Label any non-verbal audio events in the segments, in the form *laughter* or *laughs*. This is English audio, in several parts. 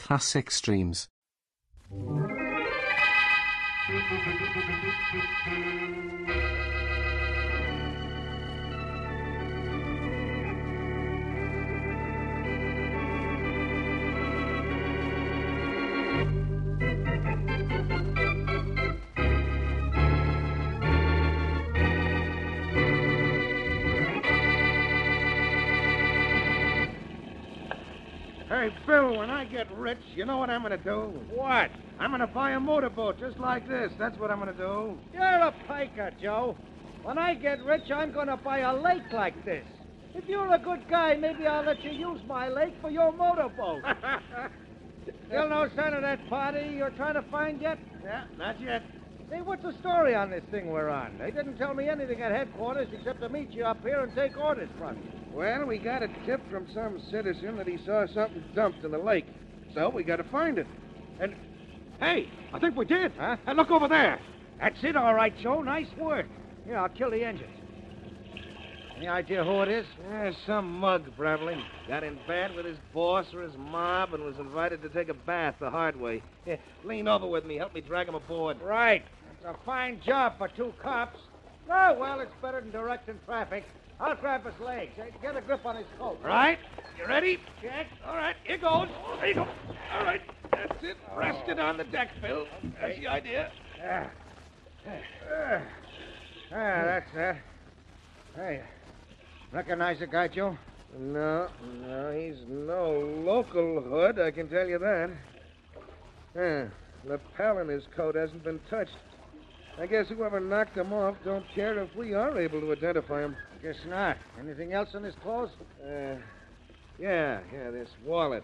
classic streams. Hey, Bill, when I get rich, you know what I'm gonna do? What? I'm gonna buy a motorboat just like this. That's what I'm gonna do. You're a piker, Joe. When I get rich, I'm going to buy a lake like this. If you're a good guy, maybe I'll let you use my lake for *laughs* your motorboat. Still no sign of that party you're trying to find yet? Yeah, not yet. Hey, what's the story on this thing we're on? They didn't tell me anything at headquarters except to meet you up here and take orders from you. Well, we got a tip from some citizen that he saw something dumped in the lake. So we gotta find it. And hey, I think we did. Huh? And look over there. That's it, all right, Joe. Nice work. Here, I'll kill the engine. Any idea who it is? Yeah, some mug, probably. Got in bad with his boss or his mob and was invited to take a bath the hard way. Yeah, Lean over with me. Help me drag him aboard. Right. It's a fine job for two cops. No, well, it's better than directing traffic. I'll grab his legs. Hey, Get a grip on his coat. Right? You ready? Jack? All right, here goes. There you go. All right, that's it. Rest it on the deck, Phil. That's the idea. Ah, ah, that's that. Hey, recognize the guy, Joe? No, no, he's no local hood, I can tell you that. Yeah, lapel in his coat hasn't been touched. I guess whoever knocked him off don't care if we are able to identify him. Guess not. Anything else in his clothes? Uh, yeah, yeah, this wallet.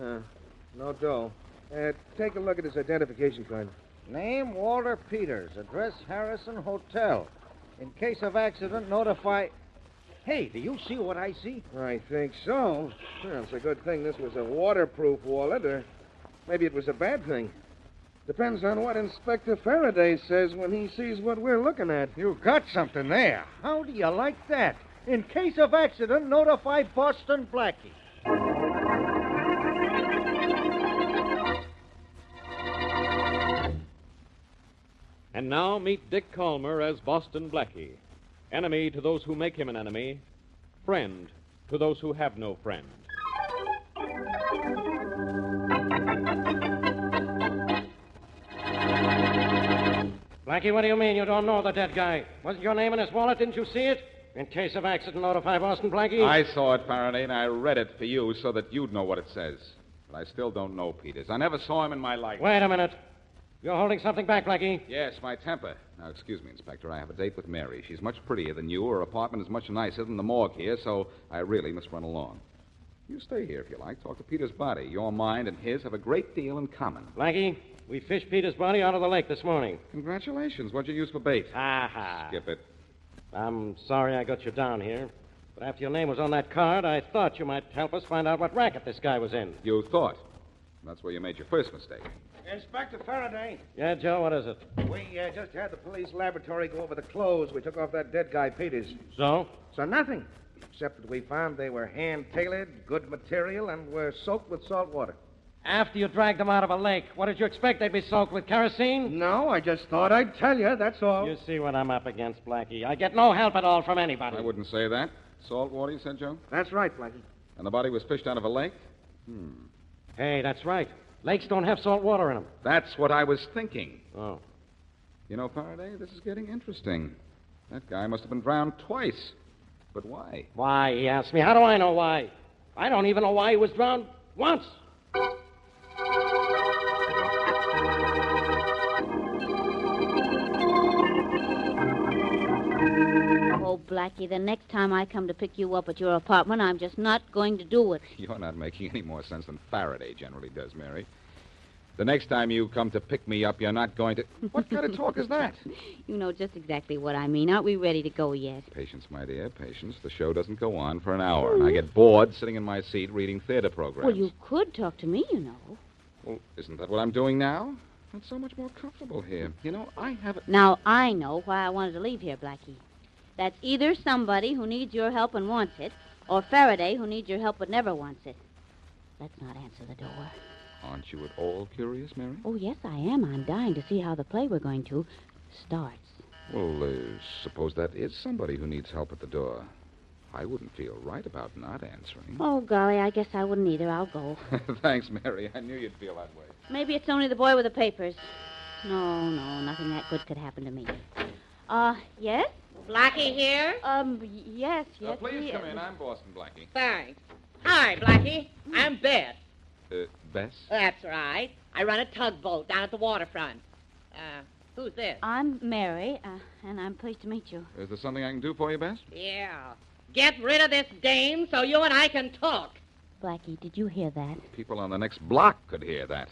Uh, no dough. Uh, take a look at his identification card. Name Walter Peters. Address Harrison Hotel. In case of accident, notify. Hey, do you see what I see? I think so. Well, it's a good thing this was a waterproof wallet, or maybe it was a bad thing. Depends on what Inspector Faraday says when he sees what we're looking at. You've got something there. How do you like that? In case of accident, notify Boston Blackie. And now meet Dick Calmer as Boston Blackie. Enemy to those who make him an enemy, friend to those who have no friend. Blackie, what do you mean you don't know the dead guy? Wasn't your name in his wallet? Didn't you see it? In case of accident, notify Boston Blackie. I saw it, Faraday, and I read it for you so that you'd know what it says. But I still don't know Peters. I never saw him in my life. Wait a minute. You're holding something back, Blackie. Yes, my temper. Now, excuse me, Inspector. I have a date with Mary. She's much prettier than you. Her apartment is much nicer than the morgue here, so I really must run along. You stay here if you like. Talk to Peter's body. Your mind and his have a great deal in common. Blackie, we fished Peter's body out of the lake this morning. Congratulations. What'd you use for bait? Ah. Ha ha. Skip it. I'm sorry I got you down here. But after your name was on that card, I thought you might help us find out what racket this guy was in. You thought. That's where you made your first mistake. Inspector Faraday, Yeah, Joe, what is it? we uh, just had the police laboratory go over the clothes we took off that dead guy, Peters. So? So nothing, except that we found they were hand tailored, good material, and were soaked with salt water. After you dragged them out of a lake, what did you expect? They'd be soaked with kerosene? No, I just thought I'd tell you, that's all. You see what I'm up against, Blackie. I get no help at all from anybody. I wouldn't say that. Salt water, you said, Joe? That's right, Blackie. And the body was fished out of a lake? Hey, that's right. Lakes don't have salt water in them. That's what I was thinking. Oh. You know, Faraday, this is getting interesting. That guy must have been drowned twice. But why? *laughs* Why, he asked me. How do I know why? I don't even know why he was drowned once. Oh, Blackie, the next time I come to pick you up at your apartment, I'm just not going to do it. You're not making any more sense than Faraday generally does, Mary. The next time you come to pick me up, you're not going to. *laughs* What kind of talk is that? You know just exactly what I mean. Aren't we ready to go yet? Patience, my dear, patience. The show doesn't go on for an hour, and I get bored sitting in my seat reading theater programs. Well, you could talk to me, you know. Well, Oh, isn't that what I'm doing now? It's so much more comfortable here. You know, I have a. Now, I know why I wanted to leave here, Blackie. That's either somebody who needs your help and wants it, or Faraday who needs your help but never wants it. Let's not answer the door. Aren't you at all curious, Mary? Oh, yes, I am. I'm dying to see how the play we're going to starts. Well, uh, suppose that is somebody who needs help at the door. I wouldn't feel right about not answering. *laughs* Oh, golly, I guess I wouldn't either. I'll go. Thanks, Mary. I knew you'd feel that way. Maybe it's only the boy with the papers. No, no, nothing that good could happen to me. Uh, yes? Blackie here? Um, yes, yes. Uh, please he- come in. I'm Boston Blackie. Thanks. Hi, Blackie. I'm Beth. Uh, Bess? That's right. I run a tugboat down at the waterfront. Uh, who's this? I'm Mary, uh, and I'm pleased to meet you. Is there something I can do for you, Bess? Yeah. Get rid of this dame so you and I can talk. Blackie, did you hear that? People on the next block could hear that.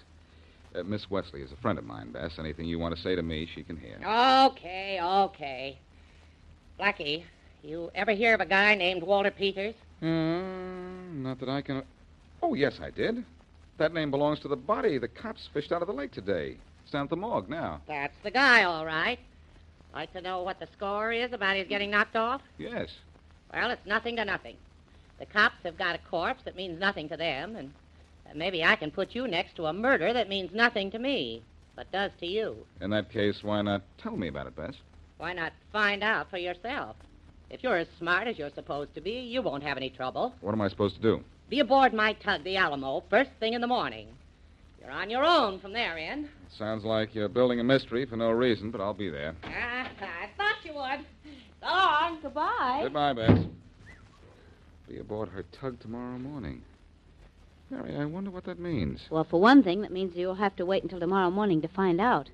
Uh, Miss Wesley is a friend of mine, Bess. Anything you want to say to me, she can hear. Okay, okay. Blackie, you ever hear of a guy named Walter Peters? Hmm, not that I can. Oh, yes, I did. That name belongs to the body the cops fished out of the lake today. It's down at the morgue now. That's the guy, all right. Like to know what the score is about his getting knocked off? Yes. Well, it's nothing to nothing. The cops have got a corpse that means nothing to them, and uh, maybe I can put you next to a murder that means nothing to me, but does to you. In that case, why not tell me about it, Bess? Why not find out for yourself? If you're as smart as you're supposed to be, you won't have any trouble. What am I supposed to do? Be aboard my tug, the Alamo, first thing in the morning. You're on your own from there in. Sounds like you're building a mystery for no reason, but I'll be there. Ah, I thought you would. So long. Goodbye. Goodbye, Bess. Be aboard her tug tomorrow morning. Mary, I wonder what that means. Well, for one thing, that means you'll have to wait until tomorrow morning to find out.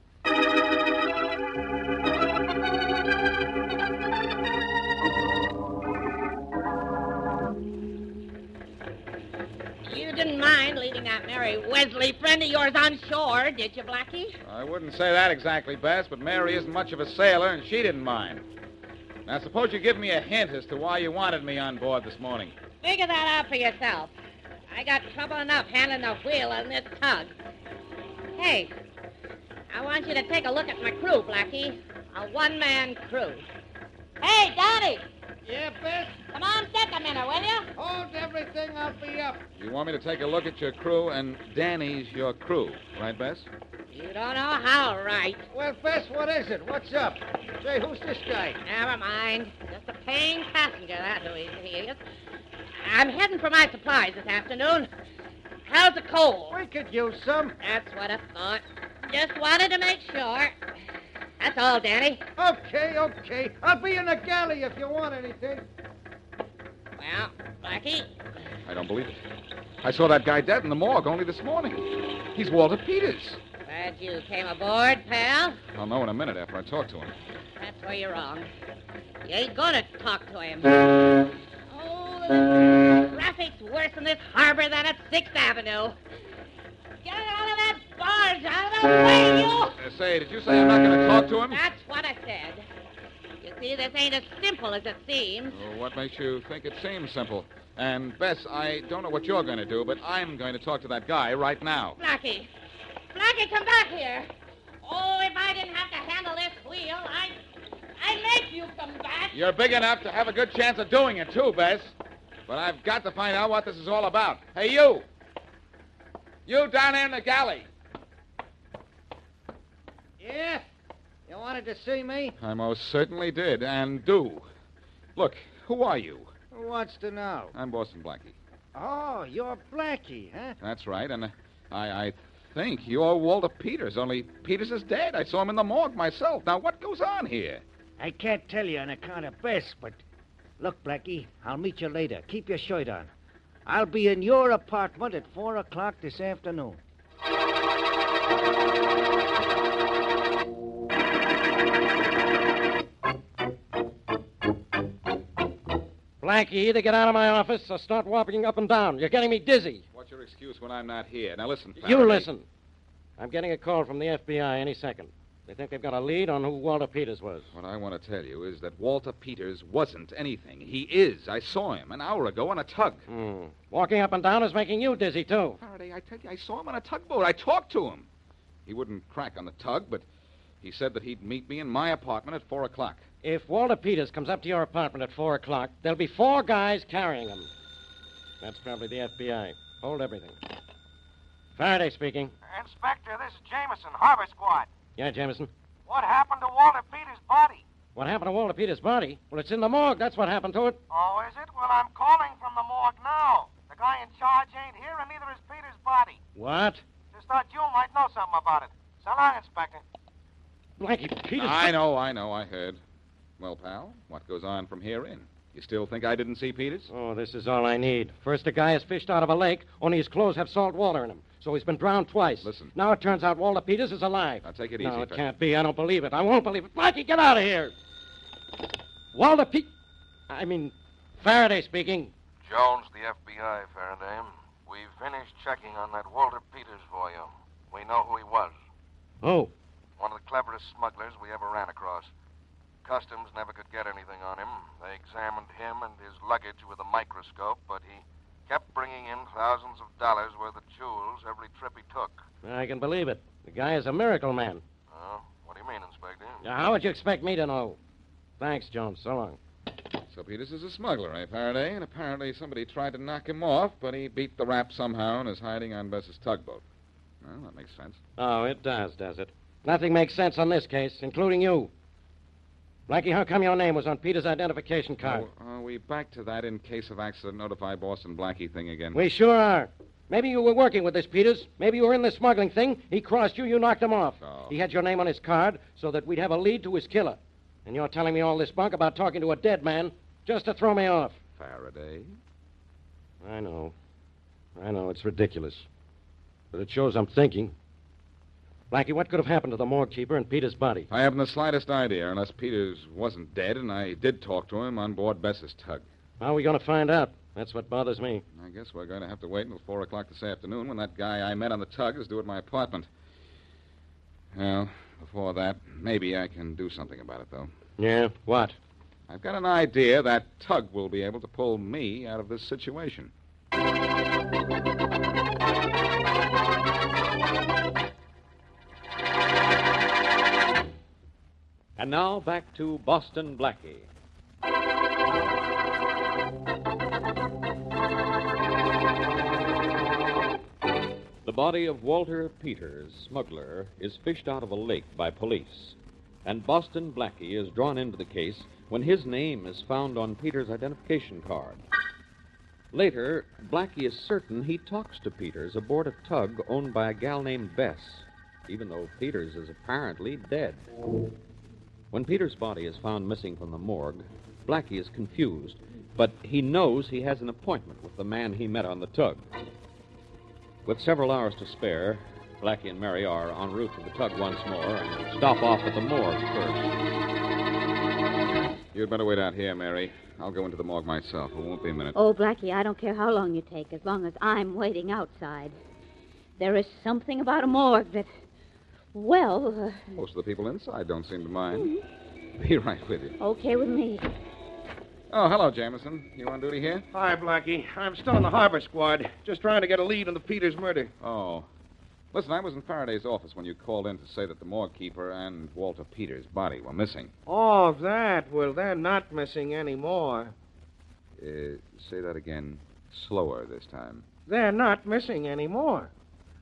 You didn't mind leaving that Mary Wesley friend of yours on shore, did you, Blackie? I wouldn't say that exactly, Bess, but Mary isn't much of a sailor, and she didn't mind. Now, suppose you give me a hint as to why you wanted me on board this morning. Figure that out for yourself. I got trouble enough handling the wheel on this tug. Hey, I want you to take a look at my crew, Blackie. A one man crew. Hey, Donnie, Yeah, Bess? come on, deck a minute, will you? Hold everything. I'll be up. You want me to take a look at your crew, and Danny's your crew, right, Bess? You don't know how right. Well, Bess, what is it? What's up? Say, who's this guy? Never mind. Just a paying passenger, that who he he is. I'm heading for my supplies this afternoon. How's the coal? We could use some. That's what I thought. Just wanted to make sure. That's all, Danny. Okay, okay. I'll be in the galley if you want anything. Well, Blackie, I don't believe it. I saw that guy dead in the morgue only this morning. He's Walter Peters. Glad you came aboard, pal. I'll know in a minute after I talk to him. That's where you're wrong. You ain't gonna talk to him. Oh, the traffic's worse in this harbor than at Sixth Avenue. Get out of that barge, out of the way, you! Uh, say, did you say I'm not going to talk to him? That's what I said. You see, this ain't as simple as it seems. Well, what makes you think it seems simple? And, Bess, I don't know what you're going to do, but I'm going to talk to that guy right now. Blackie, Blackie, come back here. Oh, if I didn't have to handle this wheel, I, I make you come back. You're big enough to have a good chance of doing it, too, Bess. But I've got to find out what this is all about. Hey, you! You down there in the galley! Yeah? You wanted to see me? I most certainly did, and do. Look, who are you? Who wants to know? I'm Boston Blackie. Oh, you're Blackie, huh? That's right, and uh, I, I think you're Walter Peters, only Peters is dead. I saw him in the morgue myself. Now, what goes on here? I can't tell you on account of Bess, but look, Blackie, I'll meet you later. Keep your shirt on. I'll be in your apartment at four o'clock this afternoon. Blackie, either get out of my office or start walking up and down. You're getting me dizzy. What's your excuse when I'm not here? Now, listen. You Faraday. listen. I'm getting a call from the FBI any second. They think they've got a lead on who Walter Peters was. What I want to tell you is that Walter Peters wasn't anything. He is. I saw him an hour ago on a tug. Hmm. Walking up and down is making you dizzy, too. Faraday, I tell you, I saw him on a tugboat. I talked to him. He wouldn't crack on the tug, but he said that he'd meet me in my apartment at 4 o'clock. If Walter Peters comes up to your apartment at 4 o'clock, there'll be four guys carrying him. That's probably the FBI. Hold everything. Faraday speaking. Inspector, this is Jameson, Harbor Squad. Yeah, Jameson. What happened to Walter Peters' body? What happened to Walter Peters' body? Well, it's in the morgue. That's what happened to it. Oh, is it? Well, I'm calling from the morgue now. The guy in charge ain't here, and neither is Peters' body. What? Just thought you might know something about it. So long, Inspector. Blackie Peters. I know, I know, I heard. Well, pal, what goes on from here in? You still think I didn't see Peters? Oh, this is all I need. First, a guy is fished out of a lake, only his clothes have salt water in them. So he's been drowned twice. Listen. Now it turns out Walter Peters is alive. Now, take it No, easy, it Fer- can't be. I don't believe it. I won't believe it. Blackie, get out of here. Walter Pete. I mean, Faraday speaking. Jones, the FBI, Faraday. We finished checking on that Walter Peters for you. We know who he was. Oh. One of the cleverest smugglers we ever ran across. Customs never could get anything on him. They examined him and his luggage with a microscope, but he kept bringing in thousands of dollars worth of jewels every trip he took. I can believe it. The guy is a miracle man. Oh, what do you mean, Inspector? Now, how would you expect me to know? Thanks, Jones. So long. So Peters is a smuggler, eh, Faraday? And apparently somebody tried to knock him off, but he beat the rap somehow and is hiding on Bess's tugboat. Well, that makes sense. Oh, it does, does it? Nothing makes sense on this case, including you. Blackie, how come your name was on Peter's identification card? Oh, are we back to that in case of accident notify Boston Blackie thing again? We sure are. Maybe you were working with this Peters. Maybe you were in this smuggling thing. He crossed you, you knocked him off. Oh. He had your name on his card so that we'd have a lead to his killer. And you're telling me all this bunk about talking to a dead man just to throw me off. Faraday? I know. I know, it's ridiculous. But it shows I'm thinking. Blackie, what could have happened to the morgue keeper and Peter's body? I haven't the slightest idea, unless Peters wasn't dead and I did talk to him on board Bess's tug. How are we going to find out? That's what bothers me. I guess we're going to have to wait until 4 o'clock this afternoon when that guy I met on the tug is due at my apartment. Well, before that, maybe I can do something about it, though. Yeah, what? I've got an idea that tug will be able to pull me out of this situation. And now back to Boston Blackie. The body of Walter Peters, smuggler, is fished out of a lake by police, and Boston Blackie is drawn into the case when his name is found on Peters' identification card. Later, Blackie is certain he talks to Peters aboard a tug owned by a gal named Bess, even though Peters is apparently dead. When Peter's body is found missing from the morgue, Blackie is confused, but he knows he has an appointment with the man he met on the tug. With several hours to spare, Blackie and Mary are en route to the tug once more and stop off at the morgue first. You'd better wait out here, Mary. I'll go into the morgue myself. It won't be a minute. Oh, Blackie, I don't care how long you take, as long as I'm waiting outside. There is something about a morgue that, well, uh, Most of the people inside don't seem to mind. *laughs* Be right with you. uh, okay with me. Oh, hello, Jameson. You on duty here? Hi, Blackie. I'm still in the harbor squad, just trying to get a lead on the Peters murder. Oh. Listen, I was in Faraday's office when you called in to say that the morgue keeper and Walter Peters' body were missing. Oh, that. Well, they're not missing anymore. Uh, say that again, slower this time. They're not missing anymore.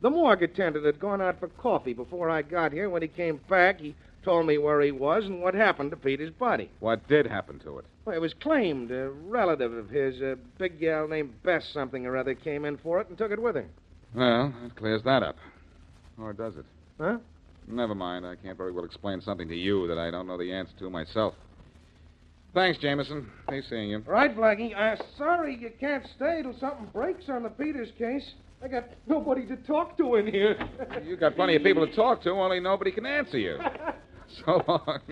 The morgue attendant had gone out for coffee before I got here. When he came back, he told me where he was and what happened to Peter's body. What did happen to it? Well, it was claimed a relative of his, a big gal named Bess something or other, came in for it and took it with her. Well, that clears that up. Or does it? Huh? Never mind. I can't very well explain something to you that I don't know the answer to myself. Thanks, Jameson. Nice seeing you. Right, Blackie. I'm sorry you can't stay till something breaks on the Peters case. I got nobody to talk to in here. *laughs* You got plenty of people to talk to, only nobody can answer you. So long.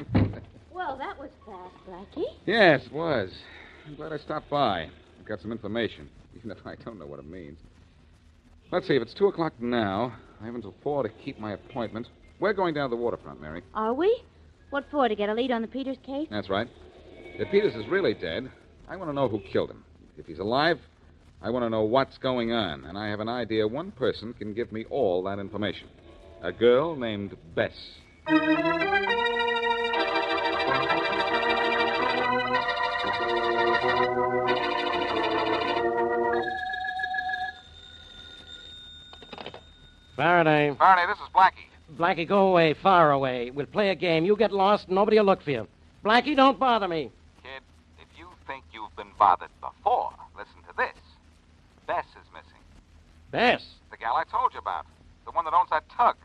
Well, that was fast, Blackie. yes, it was. I'm glad I stopped by. I've got some information, even if I don't know what it means. Let's see, if it's 2 o'clock now, I have until 4 to keep my appointment. We're going down to the waterfront, Mary. Are we? What for? To get a lead on the Peters case? That's right. If Peters is really dead, I want to know who killed him. If he's alive, I want to know what's going on, and I have an idea one person can give me all that information. A girl named Bess. Faraday. Faraday, this is Blackie. Blackie, go away, far away. We'll play a game. You get lost, nobody will look for you. Blackie, don't bother me. Kid, if you think you've been bothered before, listen to this. Bess is missing. Bess. The gal I told you about. The one that owns that tug.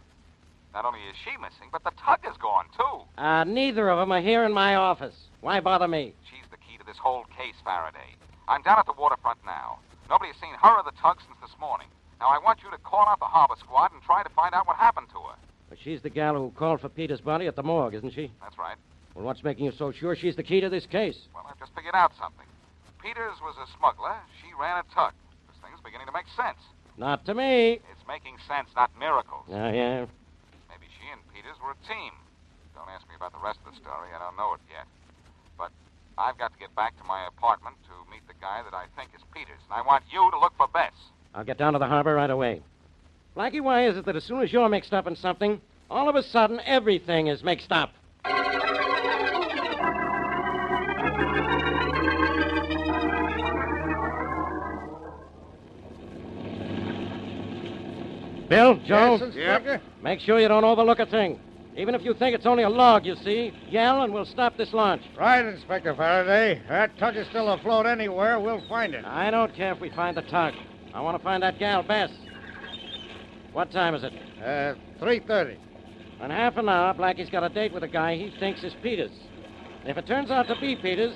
Not only is she missing, but the tug is gone, too. Uh, neither of them are here in my office. Why bother me? She's the key to this whole case, Faraday. I'm down at the waterfront now. Nobody has seen her or the tug since this morning. Now, I want you to call out the harbor squad and try to find out what happened to her. But she's the gal who called for Peter's body at the morgue, isn't she? That's right. Well, what's making you so sure she's the key to this case? Well, I've just figured out something. Peters was a smuggler. She ran a tug. This thing's beginning to make sense. Not to me. It's making sense, not miracles. Yeah, yeah. Maybe she and Peters were a team. Don't ask me about the rest of the story. I don't know it yet. But I've got to get back to my apartment to meet the guy that I think is Peters, and I want you to look for Bess. I'll get down to the harbor right away. Blackie, why is it that as soon as you're mixed up in something, all of a sudden everything is mixed up? Bill, Joe, Yes, Inspector? make sure you don't overlook a thing. Even if you think it's only a log, you see, yell and we'll stop this launch. Right, Inspector Faraday. That tug is still afloat anywhere. We'll find it. I don't care if we find the tug. I want to find that gal, Bess. What time is it? Uh, 3.30. In half an hour, Blackie's got a date with a guy he thinks is Peters. If it turns out to be Peters,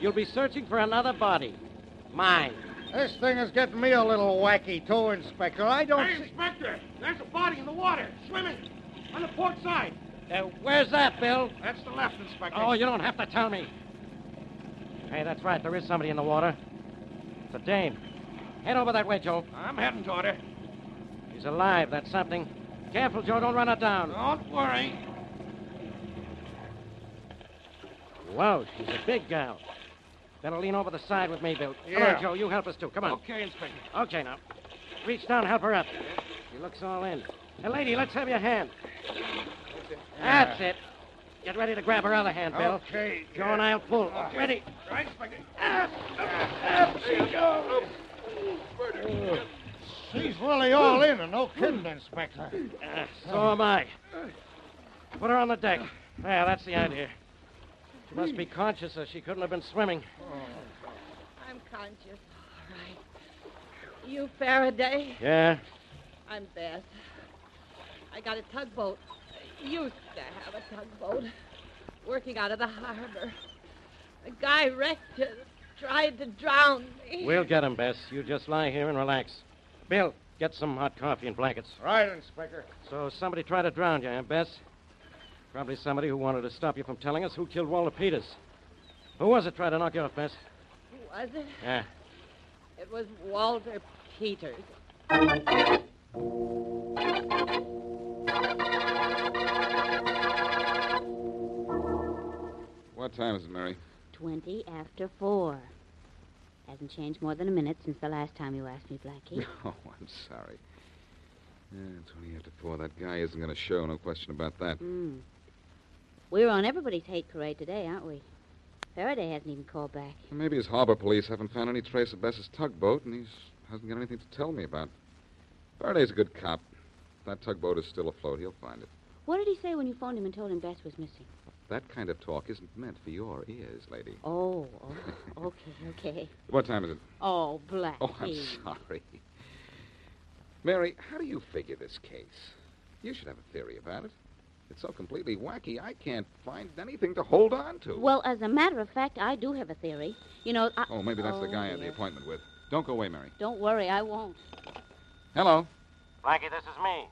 you'll be searching for another body. Mine. This thing is getting me a little wacky, too, Inspector. I don't... see- Inspector, there's a body in the water, swimming, on the port side. Uh, where's that, Bill? That's the left, Inspector. Oh, you don't have to tell me. Hey, that's right. There is somebody in the water. It's a dame. Head over that way, Joe. I'm heading toward her. She's alive. That's something. Careful, Joe. Don't run her down. Don't worry. Whoa, she's a big gal. Better lean over the side with me, Bill. Come Yeah. on, Joe. You help us too. Come on. Okay, Inspector. Okay, now. Reach down, help her up. She looks all in. Hey, lady, let's have your hand. That's it. Get ready to grab her other hand, Bill. Okay. Joe and I'll pull. Ready. Right, Inspector. Ah, Up she goes. Oh, She's really all in, and no kidding, Inspector. Uh, so am I. Put her on the deck. There, that's the idea. She must be conscious or she couldn't have been swimming. I'm conscious. All right. You, Faraday. Yeah? I'm Bess. I got a tugboat. Used to have a tugboat. Working out of the harbor. A guy wrecked it. Tried to drown me. We'll get him, Bess. You just lie here and relax. Bill, get some hot coffee and blankets. Right, Inspector. So somebody tried to drown you, huh, Bess? Probably somebody who wanted to stop you from telling us who killed Walter Peters. Who was it tried to knock you off, Bess? Was it? Yeah. It was Walter Peters. What time is it, Mary? *laughs* Twenty after four. Hasn't changed more than a minute since the last time you asked me, Blackie. Oh, I'm sorry. Yeah, 20 after 4. That guy isn't going to show, no question about that. Mm. We're on everybody's hate parade today, aren't we? Faraday hasn't even called back. Maybe his harbor police haven't found any trace of Bess's tugboat, and he hasn't got anything to tell me about. Faraday's a good cop. If That tugboat is still afloat. He'll find it. What did he say when you phoned him and told him Bess was missing? That kind of talk isn't meant for your ears, lady. Oh, oh okay, okay. What time is it? Oh, Blackie. *laughs* Oh, I'm sorry. Mary, how do you figure this case? You should have a theory about it. It's so completely wacky, I can't find anything to hold on to. Well, as a matter of fact, I do have a theory. You know, I... Oh, maybe that's the Oh, guy I had the dear. appointment with. Don't go away, Mary. Don't worry, I won't. Hello. Blackie, this is me.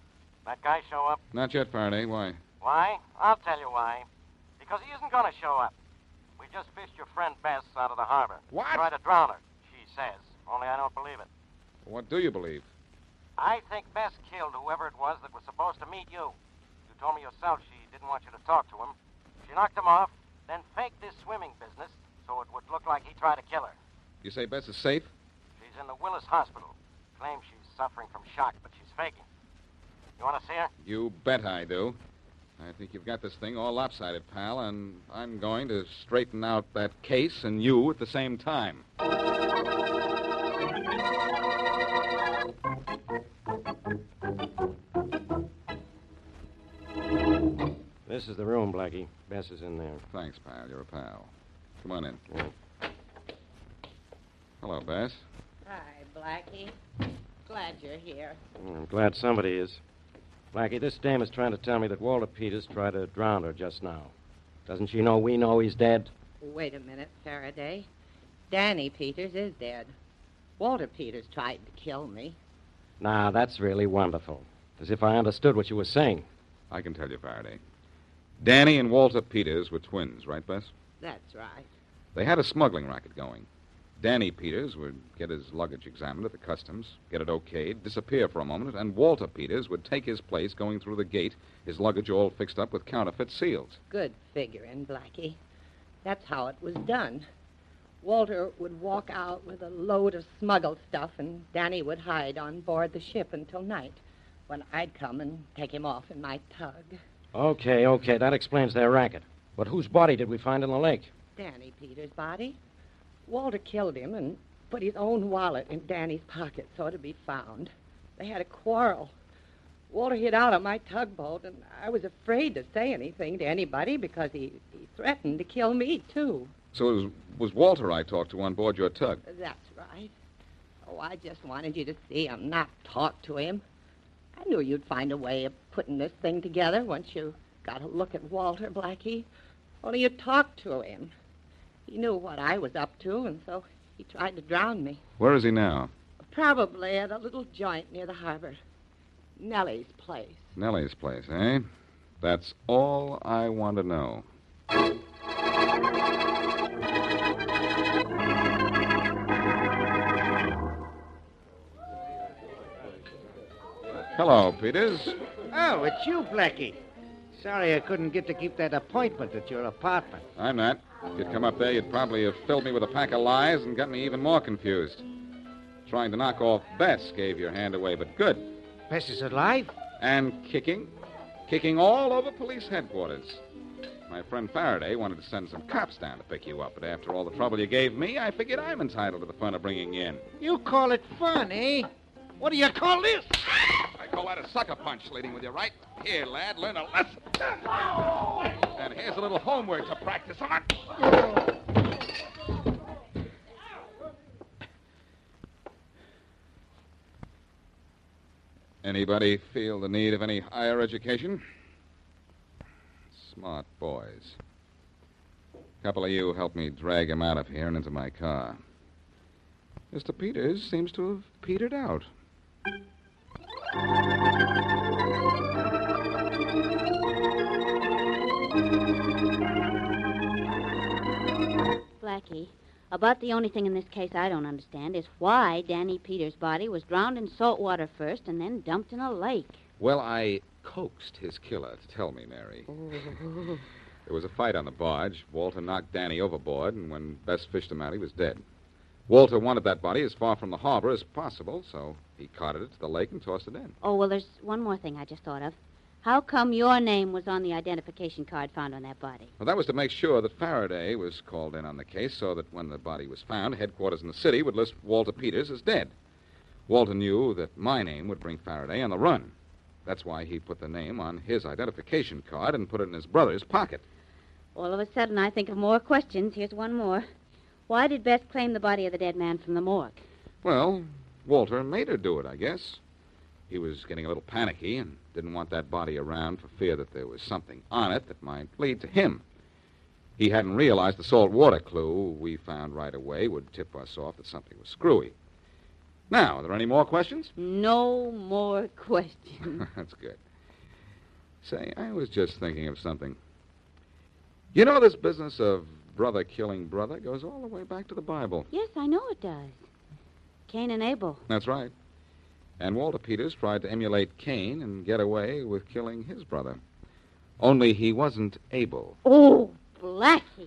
That guy show up. Not yet, Faraday. Why? Why? I'll tell you why. Because he isn't going to show up. We just fished your friend Bess out of the harbor. What? Tried to drown her, she says. Only I don't believe it. What do you believe? I think Bess killed whoever it was that was supposed to meet you. You told me yourself she didn't want you to talk to him. She knocked him off, then faked this swimming business so it would look like he tried to kill her. You say Bess is safe? She's in the Willis Hospital. Claims she's suffering from shock, but she's faking. You want to see her? You bet I do. I think you've got this thing all lopsided, pal, and I'm going to straighten out that case and you at the same time. This is the room, Blackie. Bess is in there. Thanks, pal. You're a pal. Come on in. Hello, Bess. Hi, Blackie. Glad you're here. Mm, I'm glad somebody is. Blackie, this dame is trying to tell me that Walter Peters tried to drown her just now. Doesn't she know we know he's dead? Wait a minute, Faraday. Danny Peters is dead. Walter Peters tried to kill me. Now, that's really wonderful. As if I understood what you were saying. I can tell you, Faraday. Danny and Walter Peters were twins, right, Bess? That's right. They had a smuggling racket going. Danny Peters would get his luggage examined at the customs, get it okayed, disappear for a moment, and Walter Peters would take his place going through the gate, his luggage all fixed up with counterfeit seals. Good figuring, Blackie. That's how it was done. Walter would walk out with a load of smuggled stuff, and Danny would hide on board the ship until night, when I'd come and take him off in my tug. Okay, okay, that explains their racket. But whose body did we find in the lake? Danny Peters' body. Walter killed him and put his own wallet in Danny's pocket so it'd be found. They had a quarrel. Walter hid out on my tugboat, and I was afraid to say anything to anybody because he, he threatened to kill me, too. So it was, was Walter I talked to on board your tug. That's right. Oh, I just wanted you to see him, not talk to him. I knew you'd find a way of putting this thing together once you got a look at Walter, Blackie. Only you talked to him. He knew what I was up to, and so he tried to drown me. Where is he now? Probably at a little joint near the harbor. Nellie's place. Nellie's place, eh? That's all I want to know. Hello, Peters. Oh, it's you, Blackie. Sorry I couldn't get to keep that appointment at your apartment. I'm not. If you'd come up there, you'd probably have filled me with a pack of lies and got me even more confused. Trying to knock off Bess gave your hand away, but good. Bess is alive? And kicking. Kicking all over police headquarters. My friend Faraday wanted to send some cops down to pick you up, but after all the trouble you gave me, I figured I'm entitled to the fun of bringing you in. You call it fun, eh? What do you call this? I call that a sucker punch, leading with you, right? Here, lad, learn a lesson. And here's a little homework to practice on. Anybody feel the need of any higher education? Smart boys. Couple of you helped me drag him out of here and into my car. Mr. Peters seems to have petered out. Blackie, about the only thing in this case I don't understand is why Danny Peters' body was drowned in salt water first and then dumped in a lake. Well, I coaxed his killer to tell me, Mary. There was a fight on the barge. Walter knocked Danny overboard, and when Bess fished him out, he was dead. Walter wanted that body as far from the harbor as possible, so he carted it to the lake and tossed it in. Oh, well, there's one more thing I just thought of. How come your name was on the identification card found on that body? Well, that was to make sure that Faraday was called in on the case so that when the body was found, headquarters in the city would list Walter Peters as dead. Walter knew that my name would bring Faraday on the run. That's why he put the name on his identification card and put it in his brother's pocket. All of a sudden, I think of more questions. Here's one more. Why did Bess claim the body of the dead man from the morgue? Well, Walter made her do it, I guess. He was getting a little panicky and didn't want that body around for fear that there was something on it that might lead to him. He hadn't realized the salt water clue we found right away would tip us off that something was screwy. Now, are there any more questions? *laughs* No more questions. That's good. Say, I was just thinking of something. You know, this business of brother killing brother goes all the way back to the Bible. yes, I know it does. Cain and Abel. That's right. And Walter Peters tried to emulate Cain and get away with killing his brother. Only he wasn't able. Oh, Blackie.